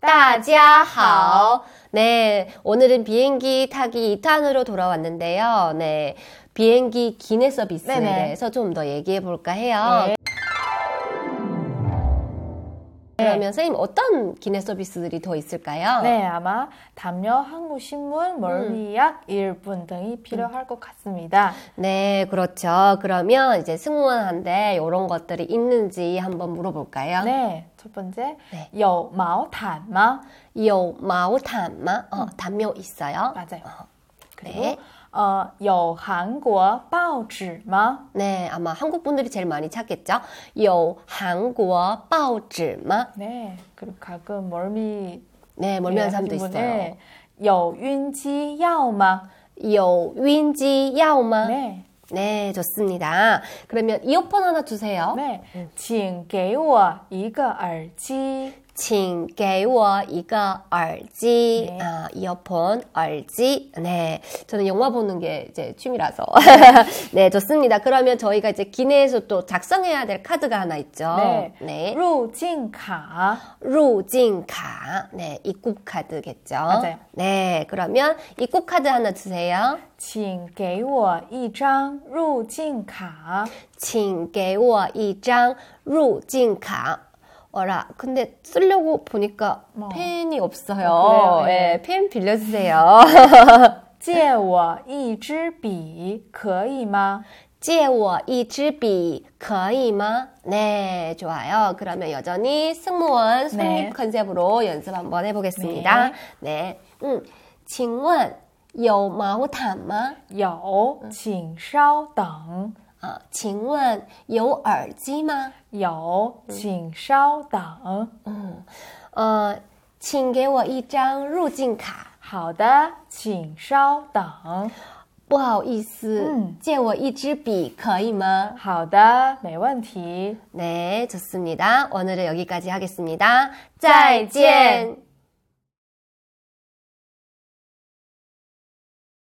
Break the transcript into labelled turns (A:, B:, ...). A: 大家好. 네, 오늘은 비행기 타기 2탄으로 돌아왔는데요. 네, 비행기 기내 서비스에
B: 네네.
A: 대해서 좀 더 얘기해 볼까 해요.
B: 네.
A: 그러면 선생님 어떤 기내 서비스들이 더 있을까요?
B: 네, 아마 담요,
A: 음.
B: 한국신문, 멀미약, 일분 등이 필요할 것 같습니다.
A: 네, 그렇죠. 그러면 이제 승무원한테 이런 것들이 있는지 한번 물어볼까요?
B: 네, 첫 번째,
A: 음. 네.
B: 여마오 단마
A: 요 마오 담마
B: 음.
A: 어, 담요 있어요?
B: 맞아요. 그리고
A: 네.
B: 어, 여 한국어 아, 바오지마
A: 네, 아마 한국 분들이 제일 많이 찾겠죠. 요 한국어 报纸吗?
B: 네, 그리고 가끔 멀미 예,
A: 네, 멀미한 사람도 있어요.
B: 여 윤지 야오마
A: 요 윈지 야오마? 네.
B: 네,
A: 좋습니다. 그러면 이어폰 음. 하나 주세요.
B: 네, 请给我一个耳机.
A: 请给我一个耳机.
B: 네.
A: 아, 이어폰,耳机. 네. 저는 영화 보는 게 이제 취미라서. 네, 좋습니다. 그러면 저희가 이제 기내에서 또 작성해야 될 카드가 하나 있죠.
B: 네.
A: 네.
B: 入境卡.
A: 入境卡. 네, 입국 카드겠죠.
B: 맞아요.
A: 네, 그러면 입국 카드 하나 주세요.
B: 请给我一张入境卡。
A: 请给我一张入境卡. 어라, 근데 쓰려고 보니까
B: 어.
A: 펜이
B: 어,
A: 없어요.
B: 그래요?
A: 예, 펜 빌려주세요.
B: 借我一支笔可以吗？
A: 借我一支笔可以吗? 네, 좋아요. 그러면 여전히 승무원 솔잎
B: 네.
A: 컨셉으로 연습 한번 해보겠습니다. 네,
B: 네.
A: 음, 请问有毛毯吗?
B: 有，请稍等。
A: 어, 请问有耳机吗?
B: 有，请稍等。
A: 어, 请给我一张入境卡.
B: 好的，请稍等。
A: 不好意思,
B: 음.
A: 借我一支笔可以吗?
B: 好的，没问题。
A: 네, 좋습니다. 오늘은 여기까지 하겠습니다.
B: 再见.
A: 再见!